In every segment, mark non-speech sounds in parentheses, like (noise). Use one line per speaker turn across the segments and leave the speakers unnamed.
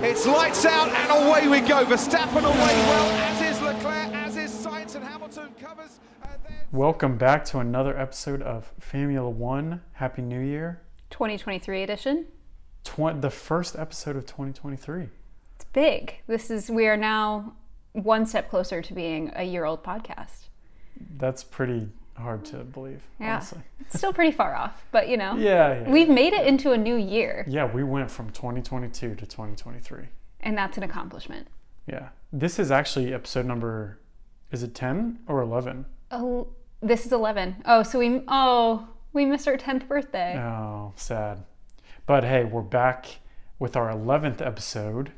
It's lights out and away we go. Verstappen away well, as is Leclerc, as is Sainz, and Hamilton covers. And then...
Welcome back to another episode of Formula One. Happy New Year.
2023 edition.
Tw- the first episode of 2023.
It's big. This is we are now one step closer to being a year old podcast.
That's pretty hard to believe,
Yeah.
honestly.
It's still pretty far off, but you know.
Yeah, yeah.
We've made it into a new year,
yeah, we went from 2022 to 2023.
and that's an accomplishment.
Yeah. This is actually episode number, is it 10 or 11?
Oh, this is 11. Oh, so we oh, we missed our 10th birthday.
Oh, sad. But hey, we're back with our 11th episode,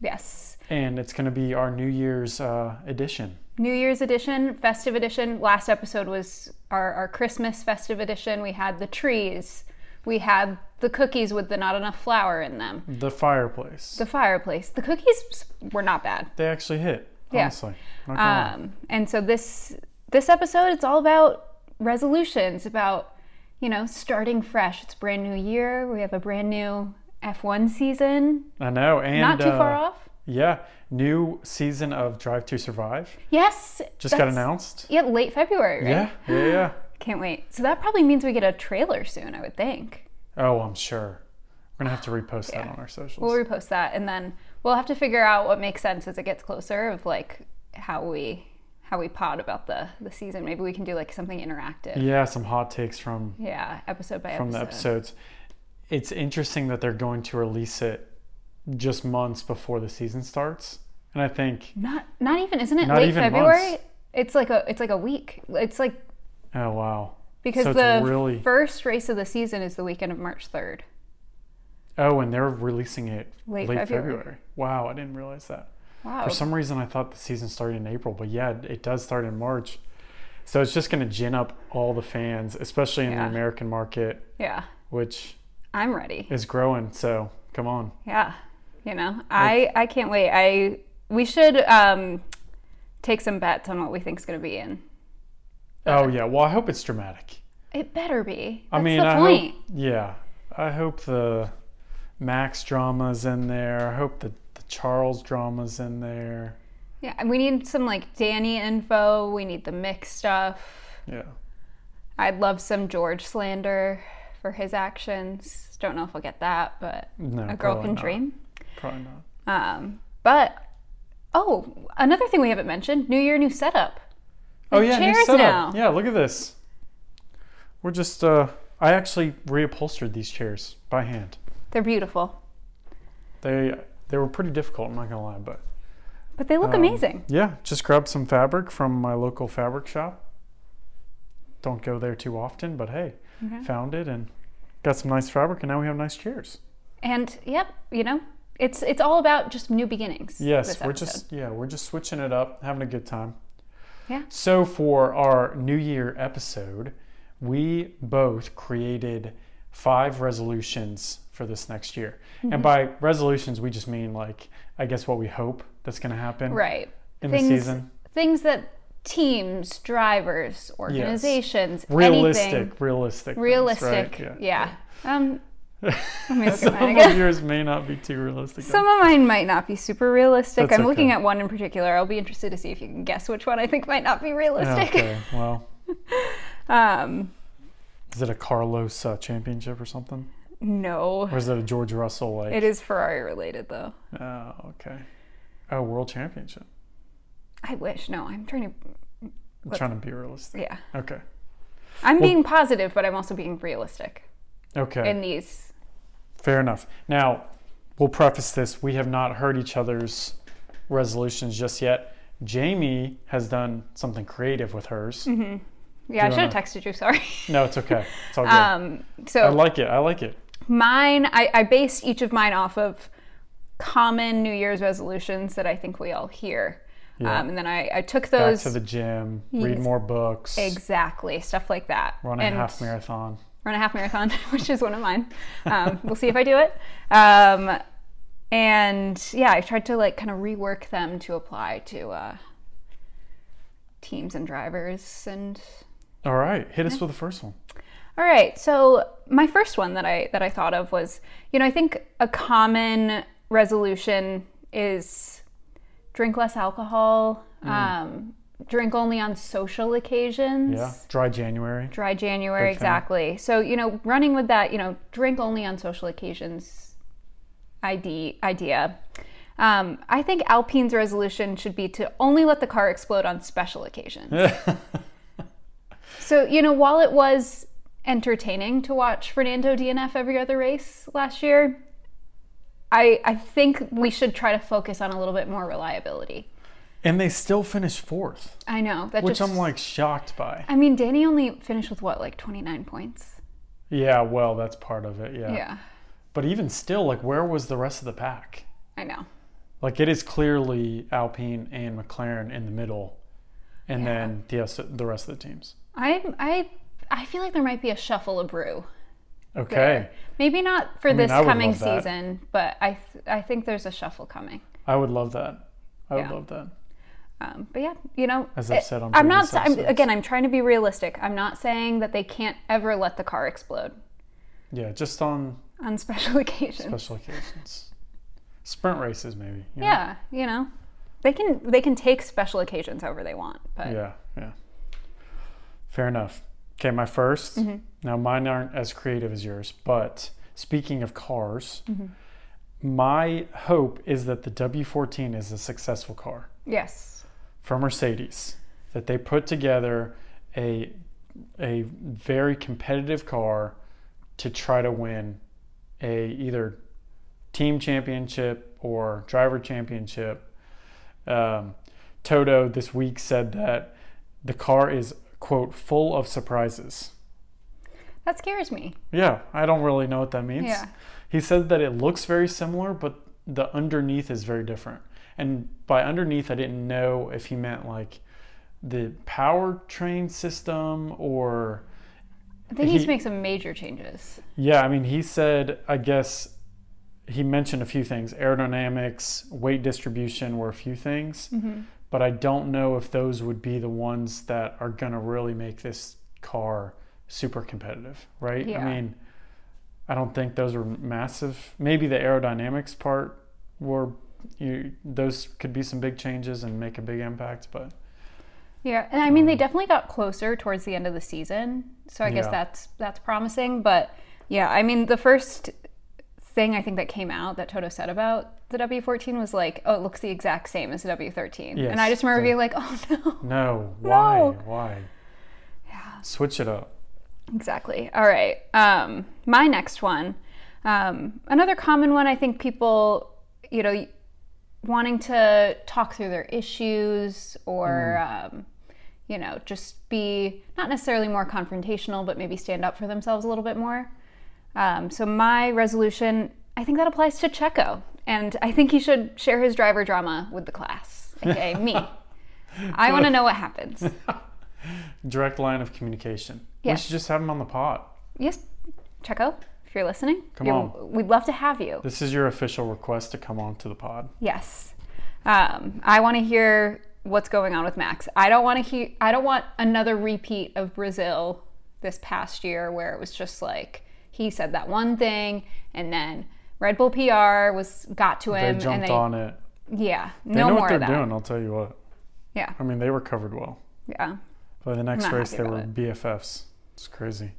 Yes.
and it's going to be our New Year's uh, edition.
New Year's edition, festive edition. Last episode was our, our Christmas festive edition. We had the trees. We had the cookies with the not enough flour in them.
The fireplace.
The fireplace. The cookies were not bad.
they actually hit,
Yeah.
honestly. Not gonna lie.
Um, and so this this episode, it's all about resolutions, about you know starting fresh. It's a brand new year. We have a brand new F1 season,
I know. And
not too far
uh,
off.
Yeah, new season of Drive to Survive
Yes,
just got
that's-
announced.
Yeah, late February. Right?
Yeah, yeah, yeah.
can't wait. So that probably means we get a trailer soon. I would think.
Oh, I'm sure. We're gonna have to repost that on our socials.
We'll repost that, and then we'll have to figure out what makes sense as it gets closer of like how we how we pod about the the season. Maybe we can do like something interactive.
yeah, some hot takes from
Yeah, episode by
from the episodes. It's interesting that they're going to release it just months before the season starts, and I think
Not not even isn't it
Not
late
even
February?
months.
It's like a it's like a week. It's like
oh wow,
because
So it's
the
really-
first race of the season is the weekend of March third.
oh, and they're releasing it late,
Late
February.
February.
Wow, I didn't realize that.
Wow.
For some reason, I thought the season started in April, but yeah, it does start in March. So it's just going to gin up all the fans, especially in
Yeah.
the American market,
yeah.
which
I'm ready.
is growing. So come on.
Yeah. You know, I I can't wait. I we should um take some bets on what we think's going to be in.
Oh yeah. Well, I hope it's dramatic.
It better be.
I
That's
mean,
the
I
point.
hope. Yeah, I hope the Max drama's in there. I hope the, the Charles drama's in there.
Yeah, and we need some like Danny info. We need the mix stuff.
Yeah.
I'd love some George slander for his actions. Don't know if we'll get that, but
No.
a
Mm,
girl
probably
can
not.
dream.
Probably not.
Um, but oh, another thing we haven't mentioned: New Year, new setup.
Oh yeah, new
chairs
setup.
now.
Yeah, look at this. We're just. uh I actually reupholstered these chairs by hand.
They're beautiful,
They they were pretty difficult. I'm not gonna lie, but
but they look
Oh.
amazing.
yeah, just grabbed some fabric from my local fabric shop. Don't go there too often, but hey, found it and got some nice fabric, and now we have nice chairs.
And yep, you know, it's it's all about just new beginnings.
Yes,
this
we're
episode.
just yeah, we're just switching it up, having a good time.
Yeah.
So for our New Year episode, we both created five resolutions for this next year.
Mm-hmm.
And by resolutions, we just mean like I guess what we hope that's going to happen
right
in
things
the season.
things that teams, drivers, organizations,
Realistic,
anything
realistic, things, right?
realistic. Yeah. Um,
(laughs)
me look at
Some
mine again.
of yours may not be too realistic.
some of mine might not be super realistic.
That's
I'm looking
okay.
at one in particular. I'll be interested to see if you can guess which one I think might not be realistic.
okay, well,
Um,
is it a Carlos uh, championship or something,
(laughs) no,
or is it a George Russell like?
it is Ferrari related though.
Oh, okay. Oh, world championship.
I wish. No, I'm trying
I'm trying to be realistic.
to. Yeah,
Okay.
I'm being positive, but I'm also being realistic
Okay.
in these.
Fair enough. Now, we'll preface this. We have not heard each other's resolutions just yet. Jamie has done something creative with hers.
Mm-hmm. Yeah, I
Do
should
you
have texted you. Sorry.
No, it's okay. It's all good.
(laughs) Um,
I
so
like it. I like it.
mine, I, I based each of mine off of common New Year's resolutions that I think we all hear.
Yeah.
Um, and then I, I took
Back
those
to the gym, read
Yes.
more books,
exactly stuff like that.
run a
And-
half marathon.
run a half marathon, (laughs) which is one of mine. Um, we'll see if I do it. Um, and yeah, I tried to like kind of rework them to apply to uh, teams and drivers. And
All right. Hit us with the first one.
all right, so my first one that I that I thought of was, you know, I think a common resolution is drink less alcohol, um, drink only on social occasions.
Yeah. Dry (laughs) January.
Dry January,
Okay.
exactly. So, you know, running with that, you know, drink only on social occasions ID, idea. Um, I think Alpine's resolution should be to only let the car explode on special occasions. so, you know, while it was entertaining to watch Fernando DNF every other race last year, I, I think we should try to focus on a little bit more reliability.
And they still finished fourth,
I know that
which
just
I'm like shocked by.
I mean, Danny only finished with what, like 29 points?
Yeah, well, that's part of it. Yeah.
Yeah,
But even still, like, where was the rest of the pack?
I know.
Like, it is clearly Alpine and McLaren in the middle, and then the rest, the rest of the teams.
I I I feel like there might be a shuffle of brew.
Okay.
Maybe not for this
I would
coming
love that.
season, but I th- I think there's a shuffle coming.
I would love that. I would
Yeah.
love that.
Um, but yeah, you know,
As I've said on
I'm not.
previous
sa- I'm,
episodes.
again, I'm trying to be realistic. I'm not saying that they can't ever let the car explode
Yeah, just on
on (laughs) special occasions.
special
(laughs)
occasions. Sprint races, maybe. you know?
Yeah, you know, they can they can take special occasions however they want. But
Yeah, yeah. Fair enough. Okay, my 1st Now, mine aren't as creative as yours, but speaking of cars, my hope is that the W14 is a successful car
yes,
for Mercedes, that they put together a, a very competitive car to try to win a either team championship or driver championship. Um, Toto this week said that the car is quote full of surprises.
that scares me.
Yeah, I don't really know what that means.
Yeah.
He said that it looks very similar, but the underneath is very different. And by underneath, I didn't know if he meant like the powertrain system or
They need
He-
to make some major changes.
Yeah, I mean, he said, I guess he mentioned a few things. Aerodynamics, weight distribution were a few things, but I don't know if those would be the ones that are going to really make this car super competitive, right?
Yeah.
I mean, I don't think those are massive. Maybe the aerodynamics part were you those could be some big changes and make a big impact, but
Yeah, and I mean they definitely got closer towards the end of the season, so I guess
Um, Yeah.
that's that's promising. But yeah, I mean the first thing I think that came out that Toto said about the W14 was like, "Oh, it looks the exact same as the W13," and I
Yes,
just remember
the-
being like, (laughs) "Oh no."
no, why?
No.
Why? Switch it up.
Exactly. All right. Um, my next one, um, another common one, I think people, you know, wanting to talk through their issues or, um, you know, just be not necessarily more confrontational, but maybe stand up for themselves a little bit more. Um, so my resolution, I think that applies to Checo, and I think he should share his driver drama with the class, aka me. I want to know what happens.
direct line of communication. We
Yes.
should just have him on the pod.
Yes, Checo, if you're listening,
Come
you're-
on.
We'd love to have you.
This is your official request to come on to the pod.
Yes, um, I want to hear what's going on with Max. I don't want to hear. I don't want another repeat of Brazil this past year, where it was just like he said that one thing, and then Red Bull PR was got to
They
him, and
jumped
they
on it.
yeah,
They
no
know
more
what they're
of that.
doing, I'll tell you what.
Yeah,
I mean, they were covered well.
yeah,
By the next
not
race,
happy
they were
about it.
BFFs. It's crazy.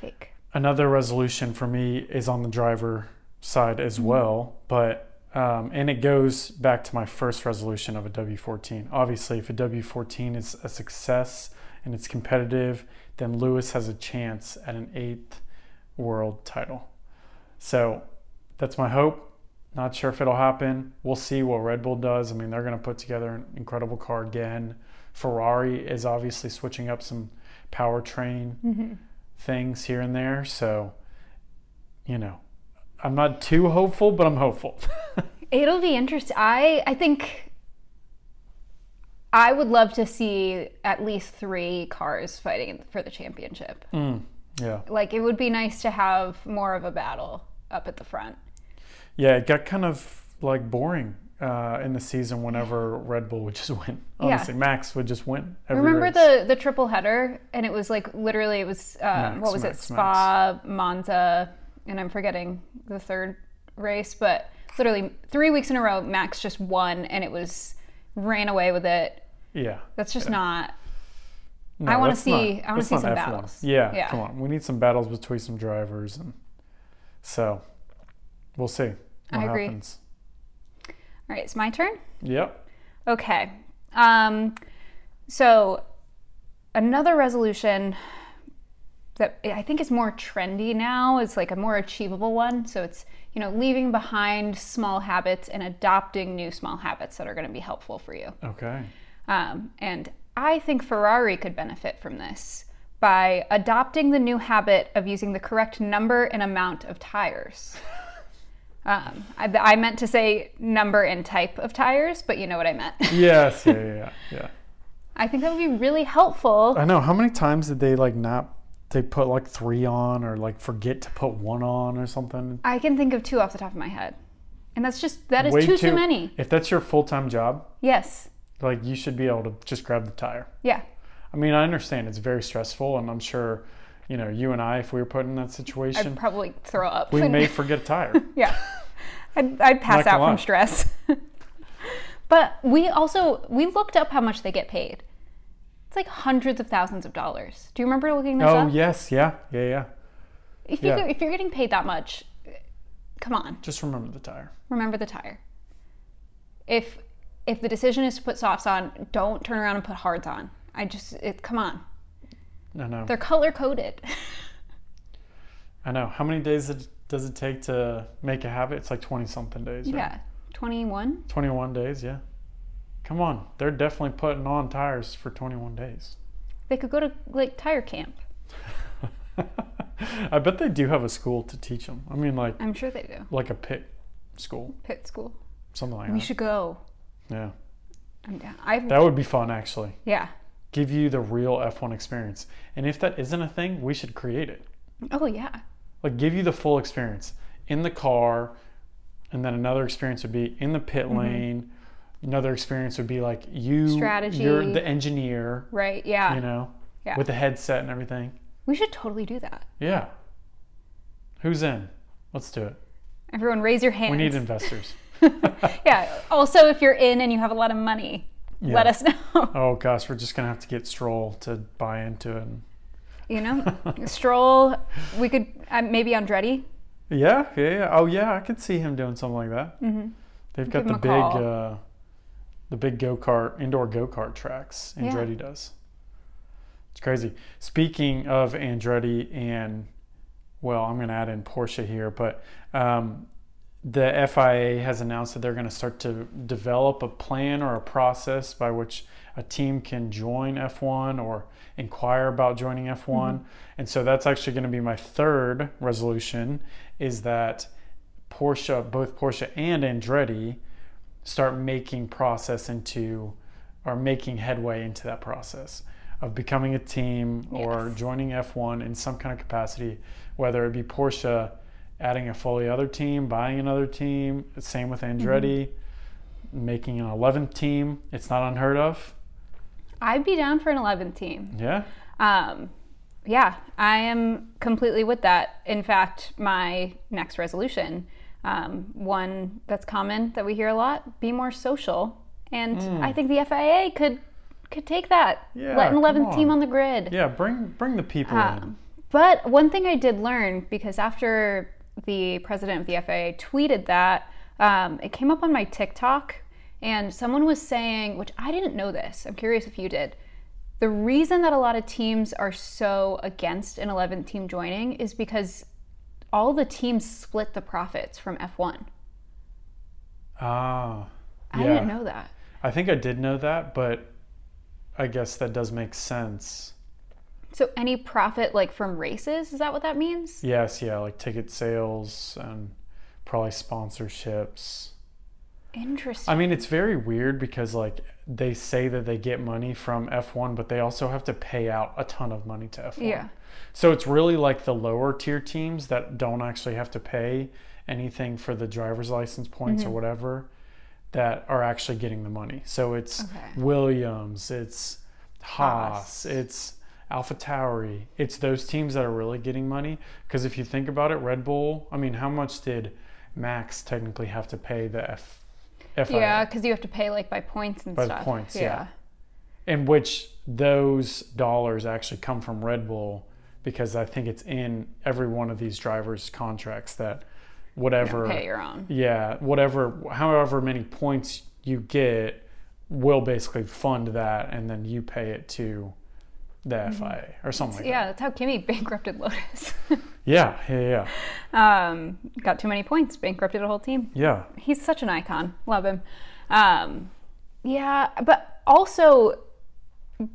fake.
Another resolution for me is on the driver side as well, but um, and it goes back to my first resolution of a W14. Obviously, if a W14 is a success and it's competitive, then Lewis has a chance at an eighth world title. So that's my hope. Not sure if it'll happen. We'll see what Red Bull does. I mean, they're going to put together an incredible car again. Ferrari is obviously switching up some powertrain things here and there. So, you know, I'm not too hopeful, but I'm hopeful. (laughs)
It'll be interesting. I I think I would love to see at least three cars fighting for the championship.
yeah.
Like it would be nice to have more of a battle up at the front.
Yeah, it got kind of like boring uh, in the season whenever Red Bull would just (laughs) win. Honestly, Max would just win. Every
Remember
race.
the the triple header, and it was like literally it was um,
Max,
what was
Max,
it Spa, Monza, and I'm forgetting the third race, but literally three weeks in a row, Max just won, and it was ran away with it.
Yeah.
That's just not.
No,
I want to
that's not-
see. I want
that's
to see
not
some
F1.
battles.
Yeah, Come on. We need some battles between some drivers, and so we'll see what
I agree.
happens.
All right, it's my turn.
Yep.
Okay. Um, so another resolution that I think is more trendy now is like a more achievable one. So it's you know leaving behind small habits and adopting new small habits that are going to be helpful for you. (laughs)
Okay.
Um, and I think Ferrari could benefit from this by adopting the new habit of using the correct number and amount of tires. Um, I, I meant to say number and type of tires, but you know what I meant. (laughs)
Yes. Yeah. Yeah. Yeah. yeah.
I think that would be really helpful.
I know. How many times did they like not? They put like three on, or like forget to put one on, or something.
I can think of two off the top of my head. And that's just, that is
Way
too, too many.
If that's your full time job,
Yes.
like you should be able to just grab the tire.
Yeah.
I mean, I understand it's very stressful, and I'm sure, you know, you and I, if we were put in that situation,
I'd probably throw up.
we
(laughs)
may forget a tire.
Yeah. I'd, I'd
Not
pass
gonna
out
lie.
from stress. (laughs) but we also, we looked up how much they get paid. It's like hundreds of thousands of dollars. Do you remember looking this
oh
up?
yes, yeah, yeah, yeah.
If, you,
yeah.
go- if you're getting paid that much, come on,
Just remember the tire.
remember the tire. If if the decision is to put softs on, don't turn around and put hards on. I just, it, come on.
I know.
They're color coded. (laughs)
I know. How many days it- does it take to make a habit? It's like twenty something days. Right?
yeah. 21?
Twenty one days. Yeah. Come on, they're definitely putting on tires for twenty one days.
They could go to like tire camp.
(laughs) I bet they do have a school to teach them. I mean, like
I'm sure they do.
like a pit school,
Pit school.
something like
We
that.
should go.
Yeah,
I'm down. I've,
that would be fun actually.
yeah.
Give you the real F one experience, and if that isn't a thing, we should create it.
Oh, yeah.
like give you the full experience in the car and then another experience would be in the pit
Mm-hmm.
lane another experience would be like you you're
Strategy.
the engineer
Right. Yeah.
you know
Yeah.
with the headset and everything
We should totally do that.
yeah who's in let's do it
Everyone raise your hands.
we need
(laughs)
investors (laughs)
Yeah. Also, if you're in and you have a lot of money, let
Yeah.
us (laughs) know.
oh gosh we're just gonna have to get stroll to buy into it and-
You know,
(laughs)
stroll. We could uh, maybe Andretti.
yeah yeah yeah oh yeah i could see him doing something like that mm-hmm. they've got
Give
the
him a
big
call.
uh the big go-kart indoor go-kart tracks
Yeah.
andretti does it's crazy speaking of andretti and well i'm going to add in porsche here but um, the fia has announced that they're going to start to develop a plan or a process by which a team can join f1 or inquire about joining f1 and so that's actually going to be my third resolution is that porsche both porsche and andretti start making process into or making headway into that process of becoming a team or
Yes.
joining F1 in some kind of capacity, whether it be Porsche adding a fully other team, buying another team, same with Andretti, making an 11th team. It's not unheard of.
I'd be down for an 11 team.
Yeah.
Um, yeah, I am completely with that. In fact, my next resolution, um, one that's common that we hear a lot, be more social. And I think the FIA could could take that.
Hmm. Yeah,
Let an
come
11th team
on.
on the grid.
Yeah, bring bring the people in.
But one thing I did learn because after the president of the FAA tweeted that, um, it came up on my TikTok, and someone was saying, which I didn't know this. I'm curious if you did. The reason that a lot of teams are so against an 11th team joining is because all the teams split the profits from F1.
Ah.
I didn't know that.
I think I did know that, but I guess that does make sense.
So any profit like from races, is that what that means?
Yes, yeah, like ticket sales and probably sponsorships.
Interesting.
I mean, it's very weird because like they say that they get money from F1, but they also have to pay out a ton of money to F1.
yeah.
So it's really like the lower tier teams that don't actually have to pay anything for the driver's license points
Mm-hmm.
or whatever that are actually getting the money. So it's
Okay.
Williams, it's Haas,
Haas.
it's Alpha Tauri. It's those teams that are really getting money. Because if you think about it, Red Bull, I mean, how much did max technically have to pay the F, FIA.
Yeah, because you have to pay like by points and
By the
stuff.
points, yeah. in which those dollars actually come from Red Bull because I think it's in every one of these drivers' contracts that whatever
Pay your own.
yeah, whatever however many points you get will basically fund that and then you pay it to the FIA or something like
Mm-hmm. Yeah, that's how Kimmy (laughs) bankrupted Lotus. (laughs)
that. Yeah, yeah, yeah.
um, got too many points, bankrupted a whole team.
Yeah.
he's such an icon. Love him. Um, yeah, but also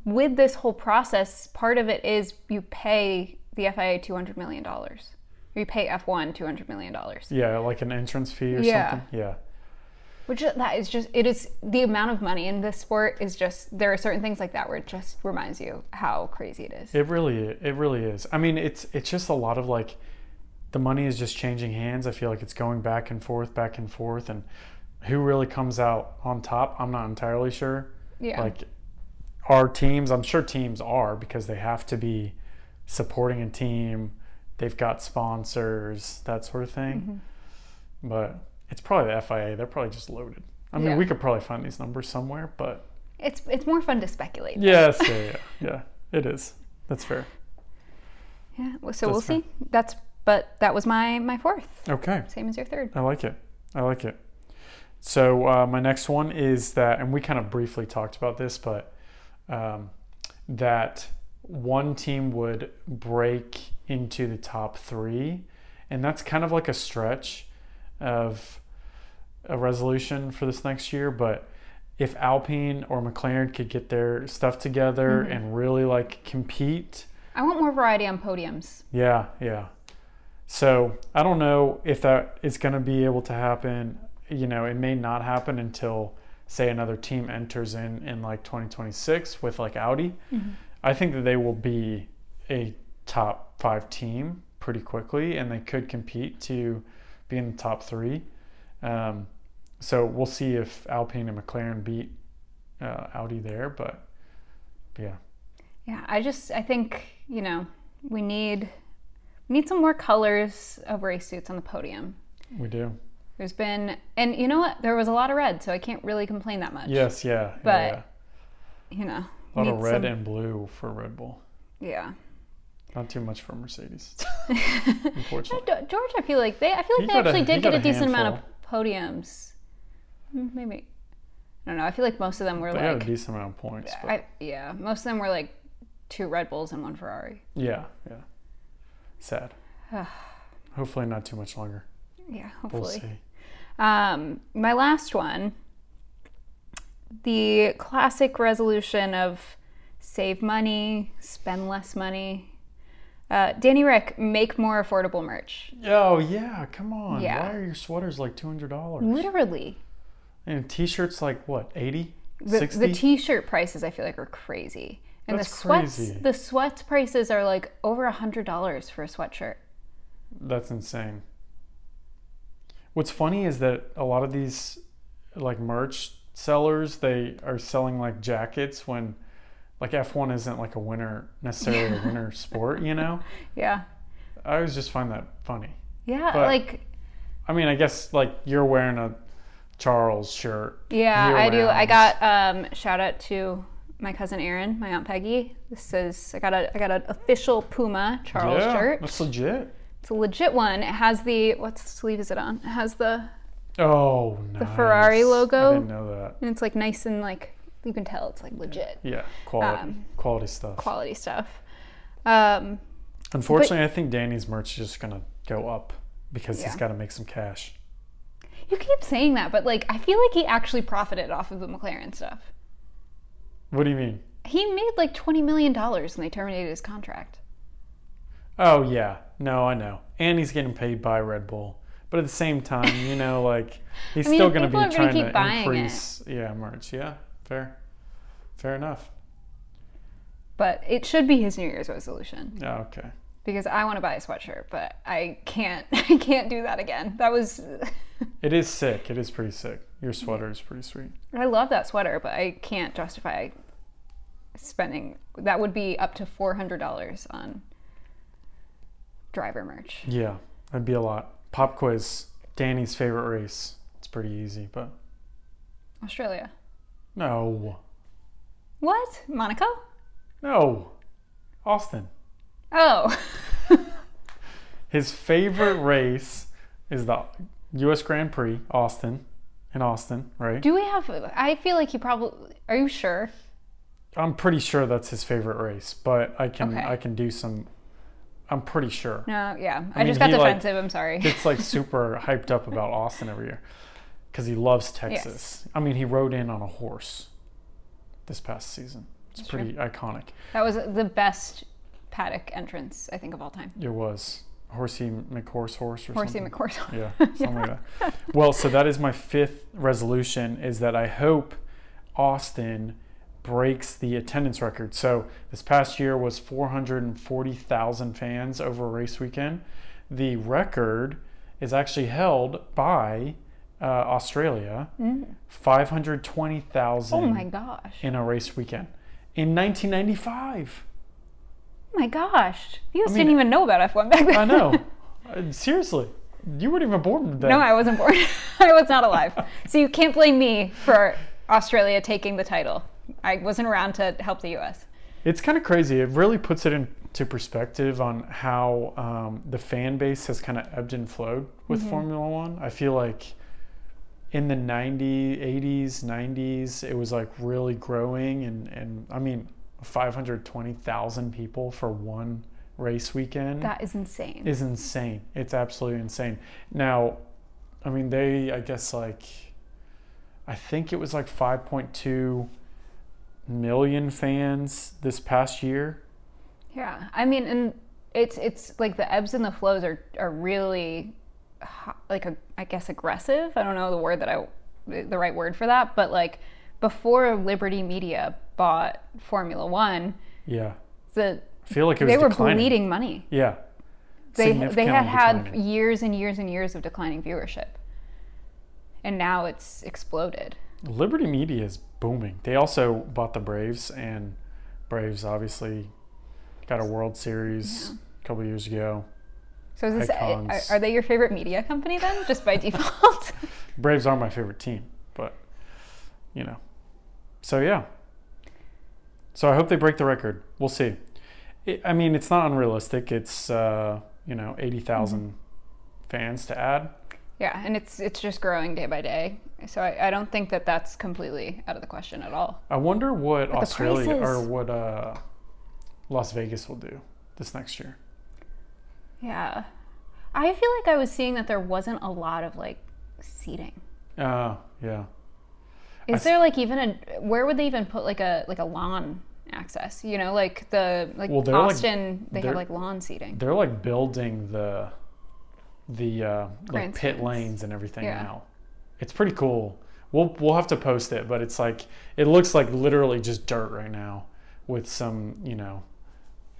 with this whole process, part of it is you pay the FIA two hundred million dollars. You pay F one two hundred million dollars,
Yeah, like an entrance fee or
Yeah.
something. Yeah.
which that is just it is the amount of money in this sport is just there are certain things like that where it just reminds you how crazy it is.
It really it really is. I mean, it's it's just a lot of like the money is just changing hands. I feel like it's going back and forth, back and forth and who really comes out on top, I'm not entirely sure.
Yeah,
Like our teams, I'm sure teams are because they have to be supporting a team. They've got sponsors, that sort of thing. But it's probably the FIA. They're probably just loaded. I mean,
Mm-hmm. Yeah.
we could probably find these numbers somewhere, but
it's it's more fun to speculate.
Yes, (laughs) yeah, yeah, yeah. It is. That's fair.
Yeah, well, so we'll
fair.
see. That's but that was my my fourth,
Okay,
same as your third.
I like it. I like it. So uh, my next one is that, and we kind of briefly talked about this, but um, that one team would break into the top three, and that's kind of like a stretch of a resolution for this next year, but if Alpine or McLaren could get their stuff together and really like compete,
I want more variety on podiums.
Yeah, yeah. So I don't know if that is going to be able to happen. You know, it may not happen until, say, another team enters in in like 2026 with like Audi. I think that they will be a top five team pretty quickly, and they could compete to be in the top three. Um, so we'll see if Alpine and McLaren beat uh, Audi there, but yeah,
Yeah, I just I think you know we need we need some more colors of race suits on the podium.
we do.
There's been and you know what there was a lot of red, so I can't really complain that much.
Yes, yeah, yeah,
But
yeah.
you know,
A lot of
need
red
some-
and blue for Red Bull.
yeah.
Not too much for
(laughs)
Mercedes,
No,
unfortunately.
Ge- George, I feel like they I feel
He
like they
got a-
actually
he
did
got
get a,
a
decent amount of
handful.
podiums. Mm, Maybe I don't know. I feel like most of them were
They had a
like
decent amount of points, but
I, yeah, most of them were like two Red Bulls and one Ferrari.
yeah, yeah.
(sighs)
Sad. Hopefully, not too much longer.
Yeah,
We'll
hopefully.
see.
Um, my last one, the classic resolution of save money, spend less money. Uh, Danny Rick, make more affordable merch.
Oh yeah, come on.
Yeah.
Why are your sweaters like two hundred dollars
Literally,
and t-shirts like what 80
the,
60
the t-shirt prices I feel like are crazy, and
That's
the sweats,
crazy.
the sweats prices are like over a hundred dollars for a sweatshirt.
That's insane. What's funny is that a lot of these like merch sellers, they are selling like jackets when like F1 isn't like a winter necessarily
(laughs)
a winter sport, you know?
Yeah,
I always just find that funny.
yeah,
But-
like
I mean, I guess like you're wearing a Charles shirt.
Yeah, I do. I
year-round.
got um, shout out to my cousin Erin, my aunt Peggy. This is I got a I got an official Puma Charles
yeah,
shirt.
That's legit.
It's a legit one. It has the what sleeve is it on? It has the
Oh, nice. The
Ferrari logo?
I didn't know that.
and it's like nice and like you can tell it's like legit (laughs)
Yeah, quality,
Um,
quality stuff.
quality stuff. Um,
Unfortunately, I think Danny's merch is just gonna go up because he's
Yeah.
got to make some cash.
you keep saying that, but like I feel like he actually profited off of the McLaren stuff.
What do you mean?
He made like twenty million dollars when they terminated his contract.
Oh yeah, no, I know. And he's getting paid by Red Bull, but at the same time, you
(laughs)
know, like he's
mean,
still going to
people are
be
gonna
trying
keep
to
buying it.
increase, yeah, merch. Yeah, fair, fair enough.
But it should be his New Year's resolution.
Yeah, okay.
because I want to buy a sweatshirt, but I can't. (laughs) I can't do that again. That was. (laughs)
It is sick. It is pretty sick. Your
Mm-hmm.
sweater is pretty sweet.
I love that sweater, but I can't justify spending. That would be up to four hundred dollars on driver merch.
Yeah, that'd be a lot. Pop quiz: Danny's favorite race. It's pretty easy, but
Australia.
no,
What? Monaco?
no, Austin.
Oh. (laughs)
His favorite race is the U.S. Grand Prix, Austin, in Austin, right?
Do we have. I feel like you probably. Are you sure?
I'm pretty sure that's his favorite race, but I can
Okay.
I can do some. I'm pretty sure. (laughs)
No, yeah. I,
mean,
just got
he, like,
defensive. I'm sorry.
It's like super hyped up about Austin every year because he loves Texas. I mean, he rode in on a horse this past season. It's pretty iconic.
(laughs) That was the best paddock entrance, I think, of all time.
It was horsey McHorse horse or
Horsey
something.
McCorkle.
Yeah, something like that. Well, so that is my fifth resolution is that I hope Austin breaks the attendance record. So this past year was 440,000 fans over a race weekend. The record is actually held by uh, Australia, 520,000
Mm. Oh my gosh.
in a race weekend in 1995.
Oh my gosh. You guys
mean-
didn't even know about F1 back then.
I
(laughs)
know. Uh, Seriously, you weren't even born then.
No, I wasn't born. (laughs) I was not alive. So you can't blame me for Australia taking the title. I wasn't around to help the US.
It's kind of crazy. It really puts it into perspective on how um, the fan base has kind of ebbed and flowed with Formula One. I feel like in the 90s, 80s, 90s, it was like really growing. And, and I mean, 520,000 people for one race weekend
That is insane.
is insane. It's absolutely insane. Now, I mean, they, I guess, like, I think it was like 5.2 million fans this past year.
yeah. I mean, and it's it's like the ebbs and the flows are are really ho- like a, I guess aggressive. I don't know the word that I the right word for that, but like before Liberty Media bought Formula 1,
Yeah.
the
I feel like it was
they were
declining.
bleeding money.
Yeah.
they they had
Significantly
had
declining.
years and years and years of declining viewership, and now it's exploded.
Liberty Media is booming. They also bought the Braves, and Braves obviously got a World Series a couple years ago.
So is this are,
Icons.
are they your favorite media company then, just by (laughs) default?
Braves are my favorite team, but you know. So yeah. So I hope they break the record. We'll see. It, I mean, it's not unrealistic. It's uh, you know eighty thousand
Mm-hmm.
fans to add.
yeah, and it's it's just growing day by day. So I, I don't think that that's completely out of the question at all.
I wonder what
the
Australia or
prices-
what uh, Las Vegas will do this next year.
Yeah, I feel like I was seeing that there wasn't a lot of like seating.
Uh, yeah.
Is there like even a where would they even put like a like a lawn access? You know, like the like
Well, they're, like-
Austin, they
they're-
have like lawn seating.
They're like building the the uh, like pit
Grandstands.
lanes and everything
Yeah.
now. It's pretty cool. We'll we'll have to post it, but it's like it looks like literally just dirt right now with some you know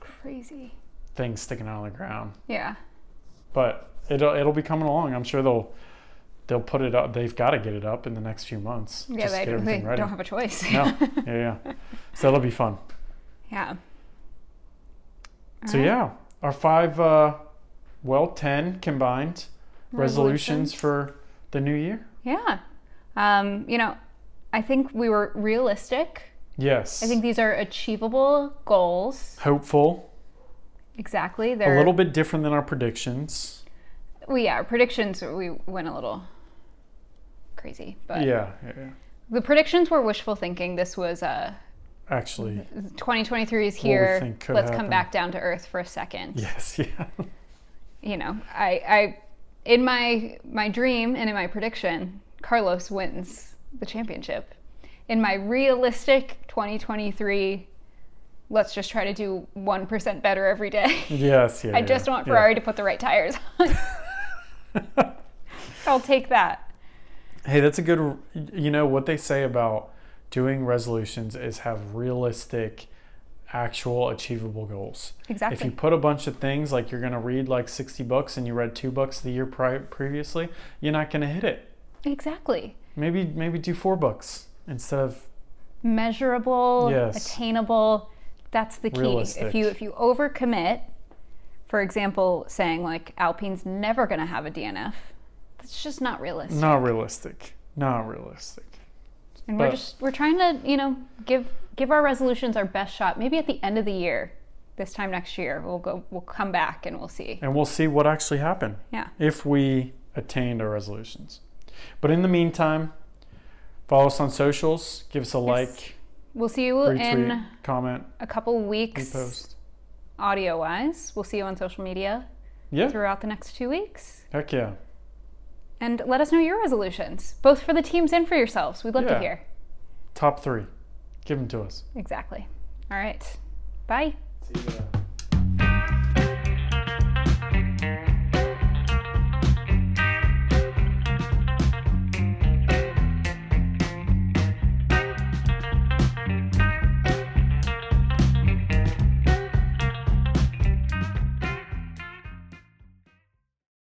Crazy.
things sticking out of the ground.
Yeah.
But it'll it'll be coming along. I'm sure they'll they'll put it up. They've got to get it up in the next few months.
Yeah, they, don't, they don't have a choice.
no, yeah, yeah. So it'll be fun.
(laughs) yeah.
So yeah, our five, uh, well, ten combined resolutions
Resolutions.
for the new year.
Yeah. Um, you know, I think we were realistic.
Yes.
I think these are achievable goals.
hopeful.
Exactly.
A
They're
little bit different than our predictions.
Well, yeah, our predictions we went a little crazy, but
Yeah, yeah, yeah.
the predictions were wishful thinking. This was uh,
Actually,
(laughs) 2023 is here.
think could
Let's
happen.
come back down to earth for a second.
yes, (laughs) yeah.
you know, I, I, in my my dream and in my prediction, Carlos wins the championship. In my realistic 2023, let's just try to do one percent better every day. (laughs)
Yes, yeah.
I just want Ferrari to put the right tires on. I'll take that.
(laughs) Hey, that's a good. You know what they say about doing resolutions is have realistic, actual, achievable goals. If
Exactly.
you put a bunch of things like you're gonna read like sixty books and you read two books the year pri- previously, you're not gonna hit it.
exactly.
Maybe maybe do four books instead of
Measurable,
Yes.
attainable. That's the key.
Realistic.
If you if you overcommit, for example, saying like Alpine's never going to have a DNF, It's just not realistic.
Not realistic. Not realistic.
and
but-
we're just we're trying to, you know, give give our resolutions our best shot. Maybe at the end of the year, this time next year, we'll go we'll come back and we'll see.
And we'll see what actually happened
Yeah.
if we attained our resolutions. But in the meantime, follow us on socials, give us a like,
We'll see you
retweet,
in
comment,
a couple weeks
post.
audio wise. We'll see you on social media
Yeah.
throughout the next 2 weeks.
Heck yeah.
And let us know your resolutions, both for the teams and for yourselves. We'd love
Yeah.
to hear.
Top three. Give them to us.
Exactly. All right. Bye.
See you